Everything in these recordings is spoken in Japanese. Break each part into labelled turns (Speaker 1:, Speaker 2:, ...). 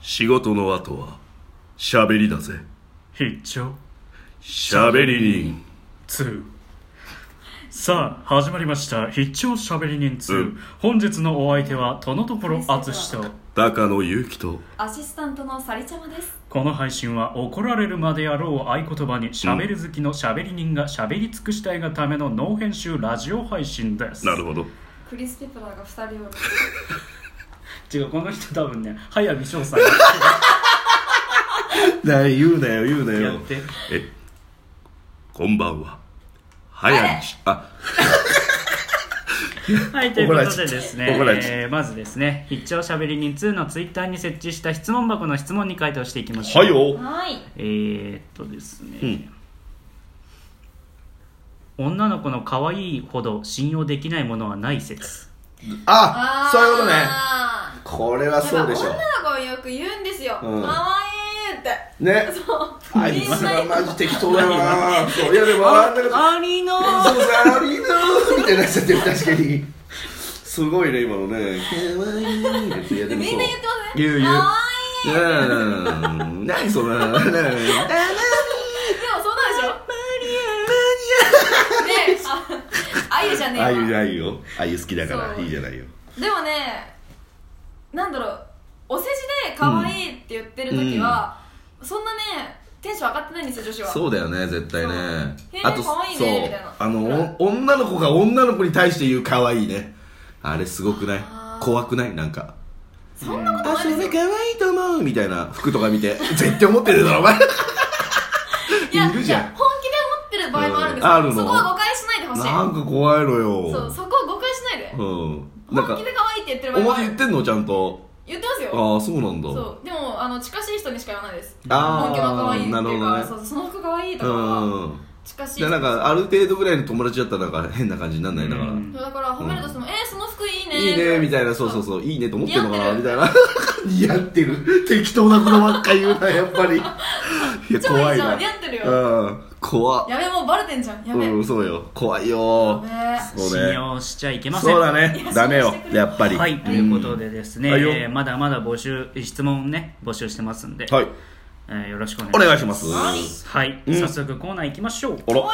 Speaker 1: 仕事の後は喋りだぜ
Speaker 2: 必聴
Speaker 1: 喋り人
Speaker 2: 2さあ始まりました必聴しゃべり人2、
Speaker 1: うん
Speaker 2: 本日のお相手はとのところあつしと
Speaker 1: 高野ゆきと
Speaker 3: アシスタントのさりちゃまです。
Speaker 2: この配信は怒られるまでやろうを合言葉にしゃべる好きのしゃべり人がしゃべり尽くしたいがためのノー編集ラジオ配信です
Speaker 1: なるほど
Speaker 3: クリス・ペプラーが二人を。
Speaker 2: 違うこの人多分ね早見翔さん
Speaker 1: ねえ言うなよ言うな
Speaker 2: や って
Speaker 1: えこんばんは早見しあ
Speaker 2: はい、ということでですね、
Speaker 1: 怒られちゃった
Speaker 2: えーまずですね、必聴しゃべり人2のツイッターに設置した質問箱の質問に回答していきましょう。
Speaker 1: はよ
Speaker 3: はい。
Speaker 2: えー、っとですね、
Speaker 1: うん
Speaker 2: 女の子の可愛いほど信用できないものはない説。
Speaker 4: あ
Speaker 3: あー
Speaker 4: そういうことねこれはそうでし
Speaker 3: やっ
Speaker 4: ょ
Speaker 3: ぱ女の子よく言うんですよ。可、
Speaker 4: うん
Speaker 3: 愛、いって。
Speaker 4: ね
Speaker 3: そう。
Speaker 4: あいつはマジ適当だ よなそういやでもあんなこと
Speaker 2: ありの
Speaker 4: そうさありのーみたいになっちゃってる確かにすごいね今のねかわいいいやでもそうん
Speaker 3: みな言ってますね。
Speaker 4: 言う言う
Speaker 3: 可愛い
Speaker 4: うんうん何それ何
Speaker 3: でもそうなんでしょ。マリア。ねあ、あゆじゃねえわ
Speaker 4: あゆじゃないよあゆ好きだから
Speaker 3: そう
Speaker 4: いいじゃないよ
Speaker 3: でもね、なんだろう、お世辞で可愛いって言ってる時は、そんなね、テンション上がってないんですよ、女子は。
Speaker 4: そうだよね絶対ね
Speaker 3: そう
Speaker 4: あと
Speaker 3: へーかわいいね
Speaker 4: そう
Speaker 3: みたいな
Speaker 4: あのお女の子が女の子に対して言う可愛いねあれすごくない
Speaker 3: あー
Speaker 4: 怖くないなんか
Speaker 3: そんなこと
Speaker 4: あ、
Speaker 3: ない
Speaker 4: そ
Speaker 3: です
Speaker 4: れ
Speaker 3: よ。
Speaker 4: 可愛いと思うみたいな服とか見て、 絶対思ってるだろ、 お前。
Speaker 3: いや
Speaker 4: いるじゃん
Speaker 3: いや本気で思ってる場合もあるんです
Speaker 4: うん
Speaker 3: よ、
Speaker 4: あるの
Speaker 3: そこは誤解しないでほしい
Speaker 4: なんか怖いの
Speaker 3: そう
Speaker 4: よ。
Speaker 3: そこは誤解しないで、
Speaker 4: うん。なんか
Speaker 3: 本気、で可愛いって言ってる場
Speaker 4: お
Speaker 3: 合もあ
Speaker 4: 前
Speaker 3: る
Speaker 4: 言ってんのちゃんと。
Speaker 3: 言ってますよ
Speaker 4: ああ、そうなんだ。
Speaker 3: そうでもあの近しい人にしか言わないです本気の可
Speaker 4: ああ
Speaker 3: 愛いってい、う
Speaker 4: な
Speaker 3: か
Speaker 4: るほどね。
Speaker 3: そうその服可愛いとかは
Speaker 4: うん。
Speaker 3: 近しい
Speaker 4: で、
Speaker 3: 人
Speaker 4: なんか、ある程度ぐらいの友達だったら、なんか変な感じになんないだか
Speaker 2: う
Speaker 4: ら。
Speaker 2: ん
Speaker 3: そうだから褒めるとしても、えー、その服いいね
Speaker 4: いいねみたいな、そうそうそう、いいねと思ってんのかなみたいな。似合ってる。適当なことばっか言うな、やっぱり。いや、
Speaker 3: 超い
Speaker 4: 怖
Speaker 3: い
Speaker 4: い
Speaker 3: じゃ
Speaker 4: な。
Speaker 3: ん似合ってるよ
Speaker 4: うん。怖っ。
Speaker 3: やべもうバレてんじゃんやべ、
Speaker 4: うん、そうよ。怖いよ。
Speaker 3: やべ
Speaker 4: そう
Speaker 2: 信
Speaker 4: ね。
Speaker 2: 用しちゃいけません。
Speaker 4: そうだね
Speaker 3: いや
Speaker 4: ダメ
Speaker 3: そ
Speaker 4: よ
Speaker 3: うしてくれ
Speaker 4: やっぱり
Speaker 2: はい、ということでですね、
Speaker 4: はいよ
Speaker 2: えーまだまだ募集、質問ね、募集してますんで、
Speaker 4: はい
Speaker 2: えーよろしくお
Speaker 4: お
Speaker 2: 願
Speaker 4: 願い
Speaker 2: いし
Speaker 4: し
Speaker 2: ま。
Speaker 4: ますす
Speaker 2: はい、
Speaker 4: うん
Speaker 2: 早速コーナー行きましょう。
Speaker 4: あ
Speaker 3: おい
Speaker 4: ら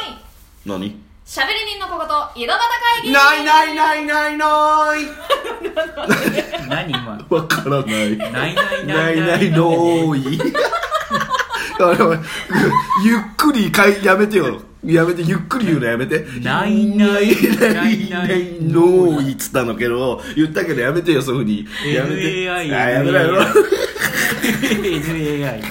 Speaker 4: 何
Speaker 3: しゃべり人の小言井戸端会議
Speaker 4: ないないないないない
Speaker 2: 何今
Speaker 4: わからない
Speaker 2: ないないな
Speaker 4: ないいないのーいあれお前ゆっくりかいやめてよやめてゆっくり言うのやめて
Speaker 2: ない
Speaker 4: な
Speaker 2: ない
Speaker 4: い
Speaker 2: な
Speaker 4: ないい
Speaker 2: ない
Speaker 4: のーいっつったのけど言ったけどやめてよそういうふうにやめて
Speaker 2: NAI
Speaker 4: あやめ ろやめろ
Speaker 2: NAI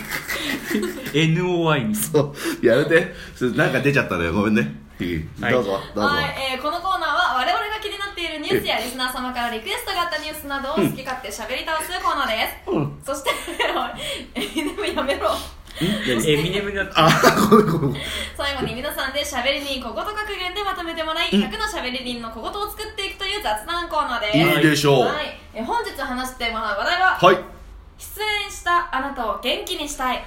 Speaker 2: NOI に
Speaker 4: そうやめてそうなんか出ちゃったのよごめんねうん
Speaker 2: はい
Speaker 4: どうぞどうぞ
Speaker 3: はい、えーこのコーナーは我々が気になっているニュースやリスナー様からリクエストがあったニュースなどを好き勝手しゃべり倒すコーナーです、
Speaker 4: うん
Speaker 3: そしておいでもやめろ
Speaker 2: エミネムになって
Speaker 4: あごめんごめん
Speaker 3: 最後に皆さんでしゃべり人小言格言でまとめてもらい、100のしゃべり人の小言を作っていくという雑談コーナーです
Speaker 4: いいでしょう
Speaker 3: はい、えー本日話してもらう話題は、
Speaker 4: はい
Speaker 3: 出演したあなたを元気にしたい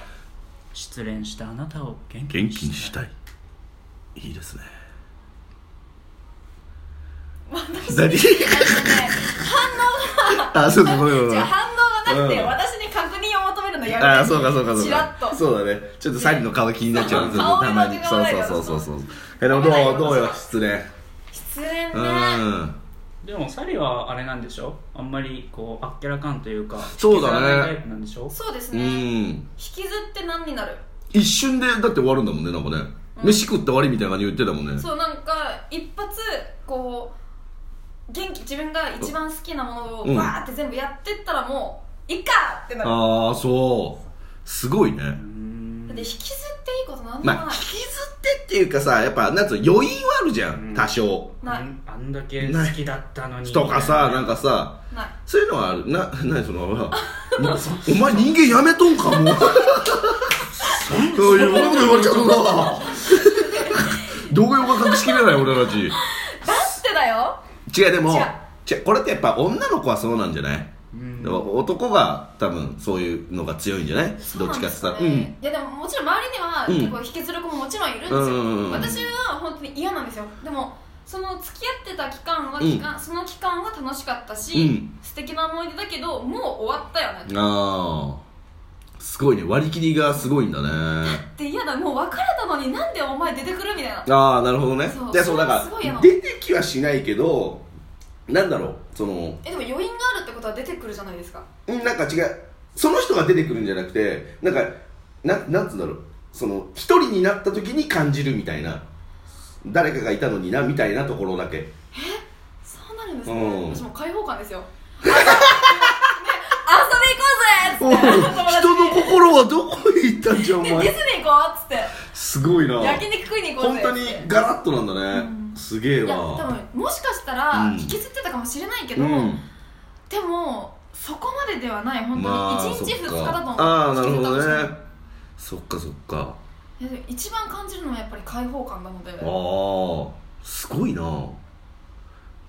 Speaker 2: 失恋したあなたを元気
Speaker 1: 元
Speaker 2: に
Speaker 1: 気に
Speaker 2: し
Speaker 1: したいいいですね
Speaker 4: 何あ、 そうか、ごめんごめんご
Speaker 3: じ
Speaker 4: め
Speaker 3: ゃ
Speaker 4: ん
Speaker 3: あ。反応がなくて、
Speaker 4: うん
Speaker 3: 私に確認を求めるのやめて
Speaker 4: あ、そうか、そうか、そ
Speaker 3: ち
Speaker 4: う
Speaker 3: らっと
Speaker 4: か。そうだね。ちょっとサリの顔気になっちゃう。
Speaker 3: ね
Speaker 4: ちょっとたまに。
Speaker 3: 顔
Speaker 4: そう
Speaker 3: 色
Speaker 4: そう
Speaker 3: が
Speaker 4: そうそう
Speaker 3: そ
Speaker 4: そう。え、でもどう、どうよ、失礼。
Speaker 3: 失恋ね、
Speaker 4: う
Speaker 3: あ
Speaker 4: ん。
Speaker 2: でもサリはあれなんでしょあんまりこうあっけらかんというか
Speaker 4: そうだね
Speaker 2: 引きずらないタイプなんでしょ
Speaker 3: そうです
Speaker 4: う
Speaker 3: ね、引
Speaker 4: ん。
Speaker 3: きずって何になる
Speaker 4: 一瞬で、だって終わるんだもんね、なんかね。飯食って終わりみたいな感じで言ってたもんね。
Speaker 3: そうなんか一発こう元気自分が一番好きなものを
Speaker 4: うん
Speaker 3: バーって全部やってったらもういっかってなるだ
Speaker 4: ああ、そう。すごいね。
Speaker 2: うーん
Speaker 3: って引きずっていいことなんでも
Speaker 4: まあ、
Speaker 3: ない
Speaker 4: 引きずってっていうかさ、やっぱ、なんつうの、余韻はあるじゃ
Speaker 2: うん
Speaker 4: ん、多少。
Speaker 3: な
Speaker 2: あ
Speaker 3: い
Speaker 2: んあんだけ好きだったのに
Speaker 4: とかさ、なんかさ、
Speaker 3: ない
Speaker 4: そういうのはある。な、なにその、ほらお前人間やめとんか、 もう。そういうこと言われちゃうな。動揺が隠しきれない、俺たち。
Speaker 3: だってだよ
Speaker 4: 違う、でも
Speaker 3: 違、
Speaker 4: 違う、これってやっぱ女の子はそうなんじゃない
Speaker 2: うん
Speaker 4: でも男が多分そういうのが強いんじゃない
Speaker 3: そ
Speaker 4: ど
Speaker 3: う
Speaker 4: っ
Speaker 3: なん
Speaker 4: ち
Speaker 3: で
Speaker 4: かって
Speaker 3: す
Speaker 4: 言
Speaker 3: か
Speaker 4: ったら。うん
Speaker 3: ね。いやでももちろん周りには
Speaker 4: うん
Speaker 3: 結構引きずる子ももちろんいるんです
Speaker 4: うんうんうんうん
Speaker 3: よ私は本当に嫌なんですよでもその付き合ってた期間は期間、その期間は楽しかったし、
Speaker 4: うん
Speaker 3: 素敵な思い出だけどもう終わったよね
Speaker 4: あすごいね割り切りがすごいんだね
Speaker 3: で嫌だもう別れたのになんでお前出てくるみたいな
Speaker 4: ああなるほどね
Speaker 3: そう
Speaker 4: でそうだ
Speaker 3: す
Speaker 4: か
Speaker 3: ごい
Speaker 4: ら
Speaker 3: よ
Speaker 4: 出てきはしないけどなんだろうその
Speaker 3: えでも余韻があるってことは出てくるじゃないですか
Speaker 4: うんなんか違うその人が出てくるんじゃなくてなんかななんつうんだろうその一人になった時に感じるみたいな誰かがいたのになみたいなところだけ
Speaker 3: そうなるんですね、
Speaker 4: うん
Speaker 3: 私もう開放感です よね遊び行こうぜっつって友達
Speaker 4: 人の心はどこへ行ったんじゃお
Speaker 3: にディ
Speaker 4: 前
Speaker 3: ズニー行こうっつって
Speaker 4: すごいな
Speaker 3: 焼肉食いに行こう
Speaker 4: 本
Speaker 3: ぜ
Speaker 4: 当にガラッとなんだね、
Speaker 3: うん
Speaker 4: すげえ
Speaker 3: いや多
Speaker 4: わ
Speaker 3: 分もしかした
Speaker 4: う
Speaker 3: ら
Speaker 4: ん
Speaker 3: 引きずってたかもしれないけ
Speaker 4: う
Speaker 3: ど、
Speaker 4: ん
Speaker 3: でもそこまでではない本当に
Speaker 4: まあ
Speaker 3: 1
Speaker 4: そっ
Speaker 3: 日2日だと思う、
Speaker 4: かああなるほ
Speaker 3: 引きず
Speaker 4: ど
Speaker 3: ったかもしれ
Speaker 4: ね
Speaker 3: ない
Speaker 4: そっかそっか
Speaker 3: いやでも一番感じるのはやっぱり開放感なので
Speaker 4: ああすごいな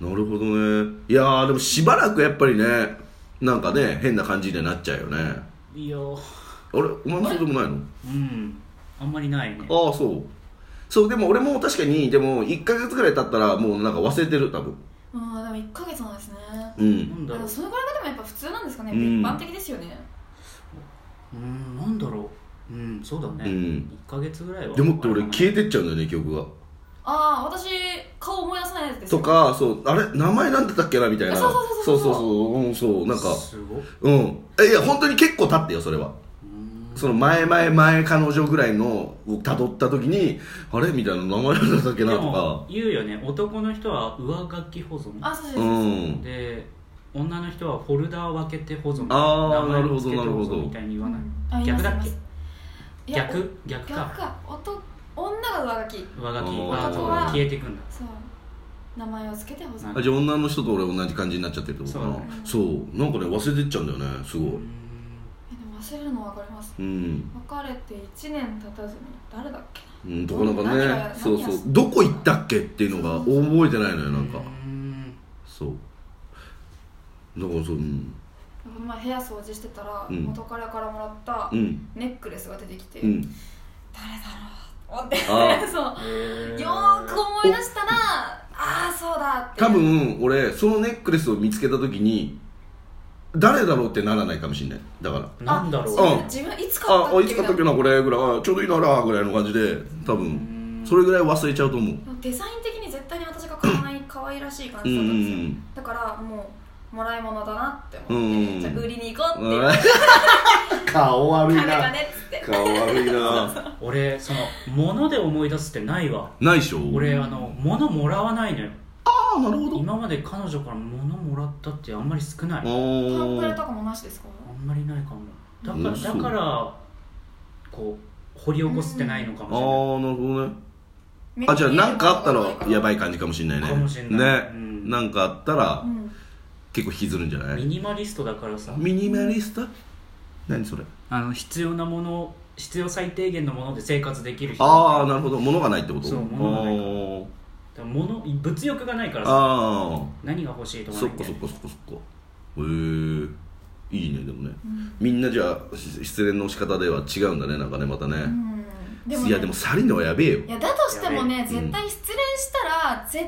Speaker 4: なるほどねいやーでもしばらくやっぱりねなんかね変な感じになっちゃうよねあ
Speaker 2: いいよ
Speaker 4: れお前もそうでもないの
Speaker 2: うんあんまりないね
Speaker 4: ああそうそうでも俺も確かにでも1ヶ月ぐらい経ったらもうなんか忘れてる多分
Speaker 3: うんでも1ヶ月なんですね
Speaker 4: う
Speaker 2: なんんだ
Speaker 3: で
Speaker 2: ろ
Speaker 3: も
Speaker 2: う
Speaker 3: そのぐらいがでもやっぱ普通なんですかね、
Speaker 4: うん
Speaker 3: 一般的ですよね
Speaker 2: うんなんだろううんそうだね、
Speaker 4: うん
Speaker 2: 1ヶ月ぐらいは
Speaker 4: でもって俺消
Speaker 2: え
Speaker 4: えてっちゃうんだよね記憶が
Speaker 3: ああ私顔思い出さないやつです
Speaker 4: と
Speaker 3: よ
Speaker 4: かそうあれ名前なんだったっけなみたいな
Speaker 3: そうそうそうそう
Speaker 4: そうそううんそうなんか
Speaker 2: すごっ
Speaker 4: うんえいや本当に結構経ってよそれは
Speaker 2: うん
Speaker 4: その前前前彼女ぐらいのを辿った時にあれみたいな名前なんだっけ
Speaker 2: で
Speaker 4: なとか
Speaker 2: も言うよね男の人は上書き保存
Speaker 3: あそうです
Speaker 4: う
Speaker 3: そうです、
Speaker 4: ん
Speaker 2: で女の人はフォルダを分けて保存
Speaker 4: あー
Speaker 2: 名前を付け
Speaker 4: な
Speaker 2: て
Speaker 4: るほど
Speaker 2: 保
Speaker 4: なるほど
Speaker 2: 存みたいに言わない、
Speaker 3: あ
Speaker 2: 逆だっけ
Speaker 3: いますいま
Speaker 2: 逆
Speaker 3: す
Speaker 2: 逆
Speaker 3: いや逆
Speaker 2: か
Speaker 3: か男女が上書き
Speaker 2: 上書き
Speaker 4: あ
Speaker 3: ー
Speaker 2: は消えてくんだ
Speaker 3: そう名前をつけてほしい
Speaker 2: な
Speaker 4: あじゃあ女の人と俺同じ感じになっちゃってるってことかなそう,、なんかね忘れてっちゃうんだよねすごい
Speaker 3: えでも忘れるの分かります
Speaker 4: うん、
Speaker 3: 別れて1年経たずに誰だっけ
Speaker 4: うん、とかなんか
Speaker 3: 何が
Speaker 4: ね
Speaker 3: 何が
Speaker 4: そうそうどこ行ったっけっていうのが覚えてないのよなんか
Speaker 2: うん
Speaker 4: そうだからそううん
Speaker 3: なこの前部屋掃除してたら、
Speaker 4: うん
Speaker 3: 元彼からもらった
Speaker 4: うん
Speaker 3: ネックレスが出てきて、
Speaker 4: うん
Speaker 3: 誰だろうって思っ
Speaker 4: あ
Speaker 3: て そう
Speaker 2: へー
Speaker 3: よーく思い出したらああそうだって
Speaker 4: 多分俺そのネックレスを見つけた時に誰だろうってならないかもしれないだから
Speaker 2: なんだろう
Speaker 3: あ
Speaker 4: うん
Speaker 3: 自分自分いつ買った
Speaker 4: あ
Speaker 3: っけ
Speaker 4: あいつ買ったっけ
Speaker 3: み
Speaker 4: なこれぐらいあちょうどいいならぐらいの感じで多
Speaker 2: う
Speaker 4: 分
Speaker 2: ん
Speaker 4: それぐらい忘れちゃうと思う
Speaker 3: たいなデザイン的に絶対に私が買わない可愛らしい感
Speaker 4: うんう
Speaker 3: じだったんですよ、
Speaker 4: ん
Speaker 3: だからもうもらい物だなって思って、
Speaker 4: うん
Speaker 3: じゃあ売りに行こうって
Speaker 4: う
Speaker 3: 言
Speaker 4: ん
Speaker 3: って
Speaker 4: 顔悪い
Speaker 3: 金が
Speaker 4: な
Speaker 3: ねっつって
Speaker 4: 顔悪いな
Speaker 2: 俺その物で思い出すってないわ
Speaker 4: ないでしょ
Speaker 2: 俺あの物もらわないのよ
Speaker 4: ああなるほど
Speaker 2: 今まで彼女から物もらったってあんまり少ないあ
Speaker 3: パン
Speaker 4: お
Speaker 3: フレ
Speaker 4: ー
Speaker 3: とかもなしですか
Speaker 2: んまりないかもだか
Speaker 4: う
Speaker 2: ら
Speaker 4: んそ
Speaker 2: だ
Speaker 4: う
Speaker 2: からこう掘り起こすってないのか
Speaker 4: あ
Speaker 2: もしれない
Speaker 4: ーなるほどねあじゃあ何かあったらやば
Speaker 3: い、
Speaker 4: い感じかもしれないね
Speaker 2: かもしれない
Speaker 4: ね
Speaker 2: うん
Speaker 4: なんかあったら
Speaker 3: うん、
Speaker 4: 結構引きずるんじゃな
Speaker 2: ミ
Speaker 4: い
Speaker 2: ニマリストだからさ
Speaker 4: ミニマリスト何それ
Speaker 2: あの必要なもの必要最低限のもので生活できる人
Speaker 4: ああなるほど物がないってこと
Speaker 2: そう物がないから
Speaker 4: おー
Speaker 2: だから物物欲がないからさ
Speaker 4: あ
Speaker 2: 何が欲しいと
Speaker 4: あ
Speaker 2: か
Speaker 4: そ
Speaker 2: な
Speaker 4: っ
Speaker 2: いん
Speaker 4: か
Speaker 2: だ
Speaker 4: そ
Speaker 2: よ
Speaker 4: っかそっかそっかへえいいねでもねみんなじゃあし失恋の仕方では違うんだねなんかねまたね
Speaker 3: うん、でも、ね、
Speaker 4: いやでも去りのはやべえよ
Speaker 3: いやだとしても
Speaker 2: や
Speaker 3: ね
Speaker 4: べえ
Speaker 3: 絶対失恋したら、絶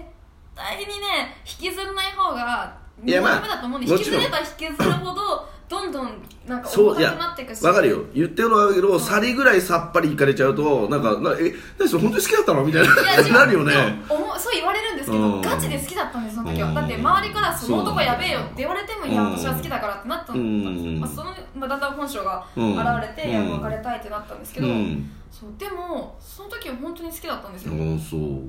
Speaker 3: 対にね引きずらない方が
Speaker 4: いやまあ
Speaker 3: ダメだと思うんで
Speaker 4: も
Speaker 3: 引き
Speaker 4: ち
Speaker 3: ず
Speaker 4: ろん
Speaker 3: れば引きずるほどどんどんなんか
Speaker 4: そ
Speaker 3: 重
Speaker 4: うい
Speaker 3: た
Speaker 4: や
Speaker 3: くなっていくし
Speaker 4: わかるよ言ってるのはあるけど去りぐらいさっぱりいかれちゃうとなんかなえ何それ本当に好きだったのみたい
Speaker 3: いや違う
Speaker 4: ななるよね
Speaker 3: 思うそう言われるんですけ
Speaker 4: う
Speaker 3: ど
Speaker 4: ん
Speaker 3: ガチで好きだったんですその時
Speaker 4: う
Speaker 3: は
Speaker 4: ん
Speaker 3: だって周りから「その男やべえよ」って言われても「いや
Speaker 4: うん
Speaker 3: 私は好きだから」ってなったんです
Speaker 4: うん
Speaker 3: まあ、その、まあ、だんだん本性が
Speaker 4: うん
Speaker 3: 現れて、いや
Speaker 4: うん
Speaker 3: 別れたいってなったんですけ
Speaker 4: う
Speaker 3: ど、
Speaker 4: ん
Speaker 3: そうでもその時は本当に好きだったんです
Speaker 4: あ
Speaker 3: よ、
Speaker 4: あそう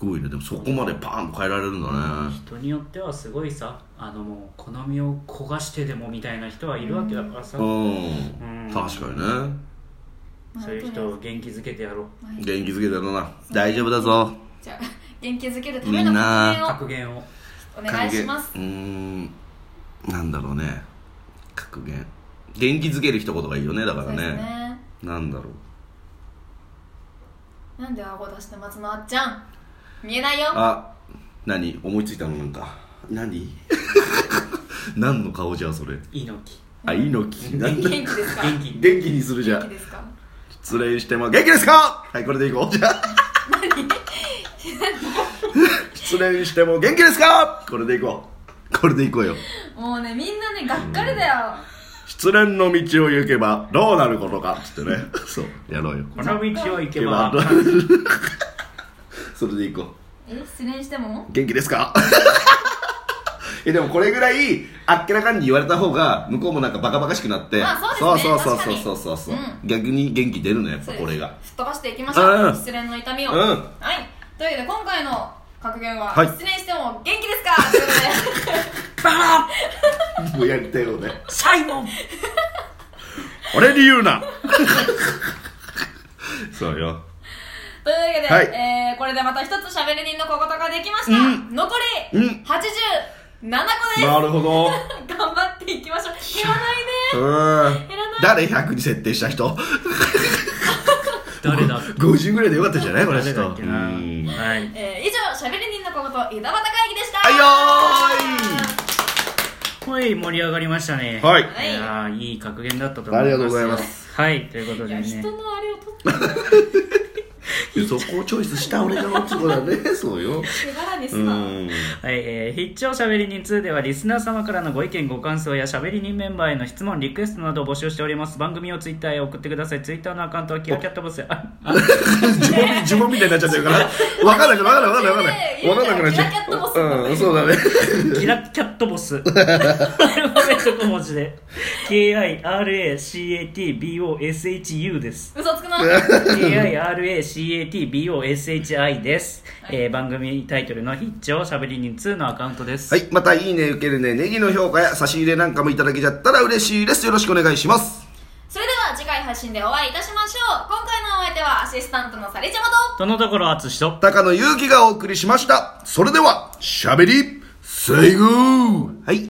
Speaker 4: すごいねでもそこまでパーンと変えられるんだね
Speaker 2: 人によってはすごいさあのもう好みを焦がしてでもみたいな人はいるわけだからさ、
Speaker 4: うん
Speaker 2: うん
Speaker 4: 確かにね
Speaker 2: そういう人を元気づけてやろう
Speaker 3: まあはい
Speaker 4: 元気づけてるな大丈夫だぞ
Speaker 3: じゃあ 元気づけるため
Speaker 4: み
Speaker 3: の
Speaker 4: んな
Speaker 3: 発
Speaker 2: 格言を
Speaker 3: 言をお願いします
Speaker 4: 格言うーんなんだろうね格言元気づける一言がいいよねだから
Speaker 3: そう
Speaker 4: ね
Speaker 3: ですね
Speaker 4: なんだろう
Speaker 3: なんで顎出してますのあっちゃん見えないよ
Speaker 4: あ何思いついたのなんか 何何の顔じゃあそれ
Speaker 2: 猪
Speaker 4: あ 猪木なん
Speaker 3: 元
Speaker 4: だ
Speaker 3: 気ですか
Speaker 2: 木元気
Speaker 4: 元気にするじゃ
Speaker 3: 元気
Speaker 4: ん
Speaker 3: ですか
Speaker 4: 失礼しても元気ですかはいこれでいこうじゃあ 失礼しても元気ですかこれでいこうこれでいこうよ
Speaker 3: もうねみんなねがっかりだよ
Speaker 4: 失恋の道を行けばどうなることかっつってねそうやろうよ
Speaker 2: この道を行けば
Speaker 4: 今 それでいこう
Speaker 3: え失恋しても
Speaker 4: 元気ですか えでもこれぐらいあっけらかんに言われた方が向こうもなんかバカバカしくなって
Speaker 3: まあそうですね
Speaker 4: そう
Speaker 3: 確か
Speaker 4: そう
Speaker 3: に
Speaker 4: そうそうそう、
Speaker 3: う
Speaker 4: 逆に元気出るのやっぱ
Speaker 3: そう
Speaker 4: これが
Speaker 3: 吹っ飛ばしていきましょ
Speaker 4: う
Speaker 3: うん失恋の痛みを、
Speaker 4: うん
Speaker 3: はいというわけで今回の格言は、
Speaker 4: はい
Speaker 3: 失恋しても元気ですかということ で
Speaker 4: もうやりたいよね
Speaker 2: シャイモン
Speaker 4: 俺に言う なそうよ
Speaker 3: というわけで、
Speaker 4: はい
Speaker 3: えーこれでまた一つ喋り人の小言ができました、
Speaker 4: うん
Speaker 3: 残り
Speaker 4: うん
Speaker 3: 87個です、
Speaker 4: なるほど
Speaker 3: 頑張っていきましょう減らな
Speaker 4: う
Speaker 3: いね
Speaker 4: ーん
Speaker 3: 減らない
Speaker 4: 誰100に設定した人
Speaker 2: 誰だ
Speaker 4: 50ぐらいでよかったんじゃないこれ
Speaker 2: 誰
Speaker 4: 人
Speaker 2: だっけな
Speaker 4: うんは
Speaker 2: はい
Speaker 3: えー以上喋り人の小言井田端会議でした
Speaker 4: いよ
Speaker 2: ほい盛り上がりました
Speaker 4: ー
Speaker 2: ね
Speaker 4: いはい
Speaker 3: はい
Speaker 2: やーいい格言だったと思います
Speaker 4: ありがとうございます
Speaker 2: はいということ
Speaker 3: い
Speaker 2: で
Speaker 3: や人
Speaker 2: ね
Speaker 3: のあれを取って
Speaker 4: そこをチョイスした俺がのとこだねそうよ
Speaker 3: 柄にす
Speaker 4: う
Speaker 3: な、
Speaker 4: ん
Speaker 2: はい、えー、必聴しゃべり人2ではリスナー様からのご意見ご感想やしゃべり人メンバーへの質問リクエストなどを募集しております番組をツイッターへ送ってくださいツイッターのアカウントはキラキャットボスああ
Speaker 4: 呪文呪文みたいになっちゃってるから分かんなくなる分かんなくなる分かんなくなっちゃ
Speaker 3: キラキャットボス
Speaker 4: ううんそうだね
Speaker 2: キラキャットボスアルファベット小文字で KIRACATBOSHU です
Speaker 3: 嘘 つくな
Speaker 2: KIRACATBOSHI です、えー番組タイトルの「必聴しゃべり人2」のアカウントです、
Speaker 4: はいまたいいね受けるねネギの評価や差し入れなんかもいただけちゃったら嬉しいですよろしくお願いします
Speaker 3: それでは次回配信でお会いいたしましょう今回のお相手はアシスタントのさりちゃまと
Speaker 2: そのところ淳と
Speaker 4: 高野ゆうきがお送りしましたそれではしゃべり Say Go! はい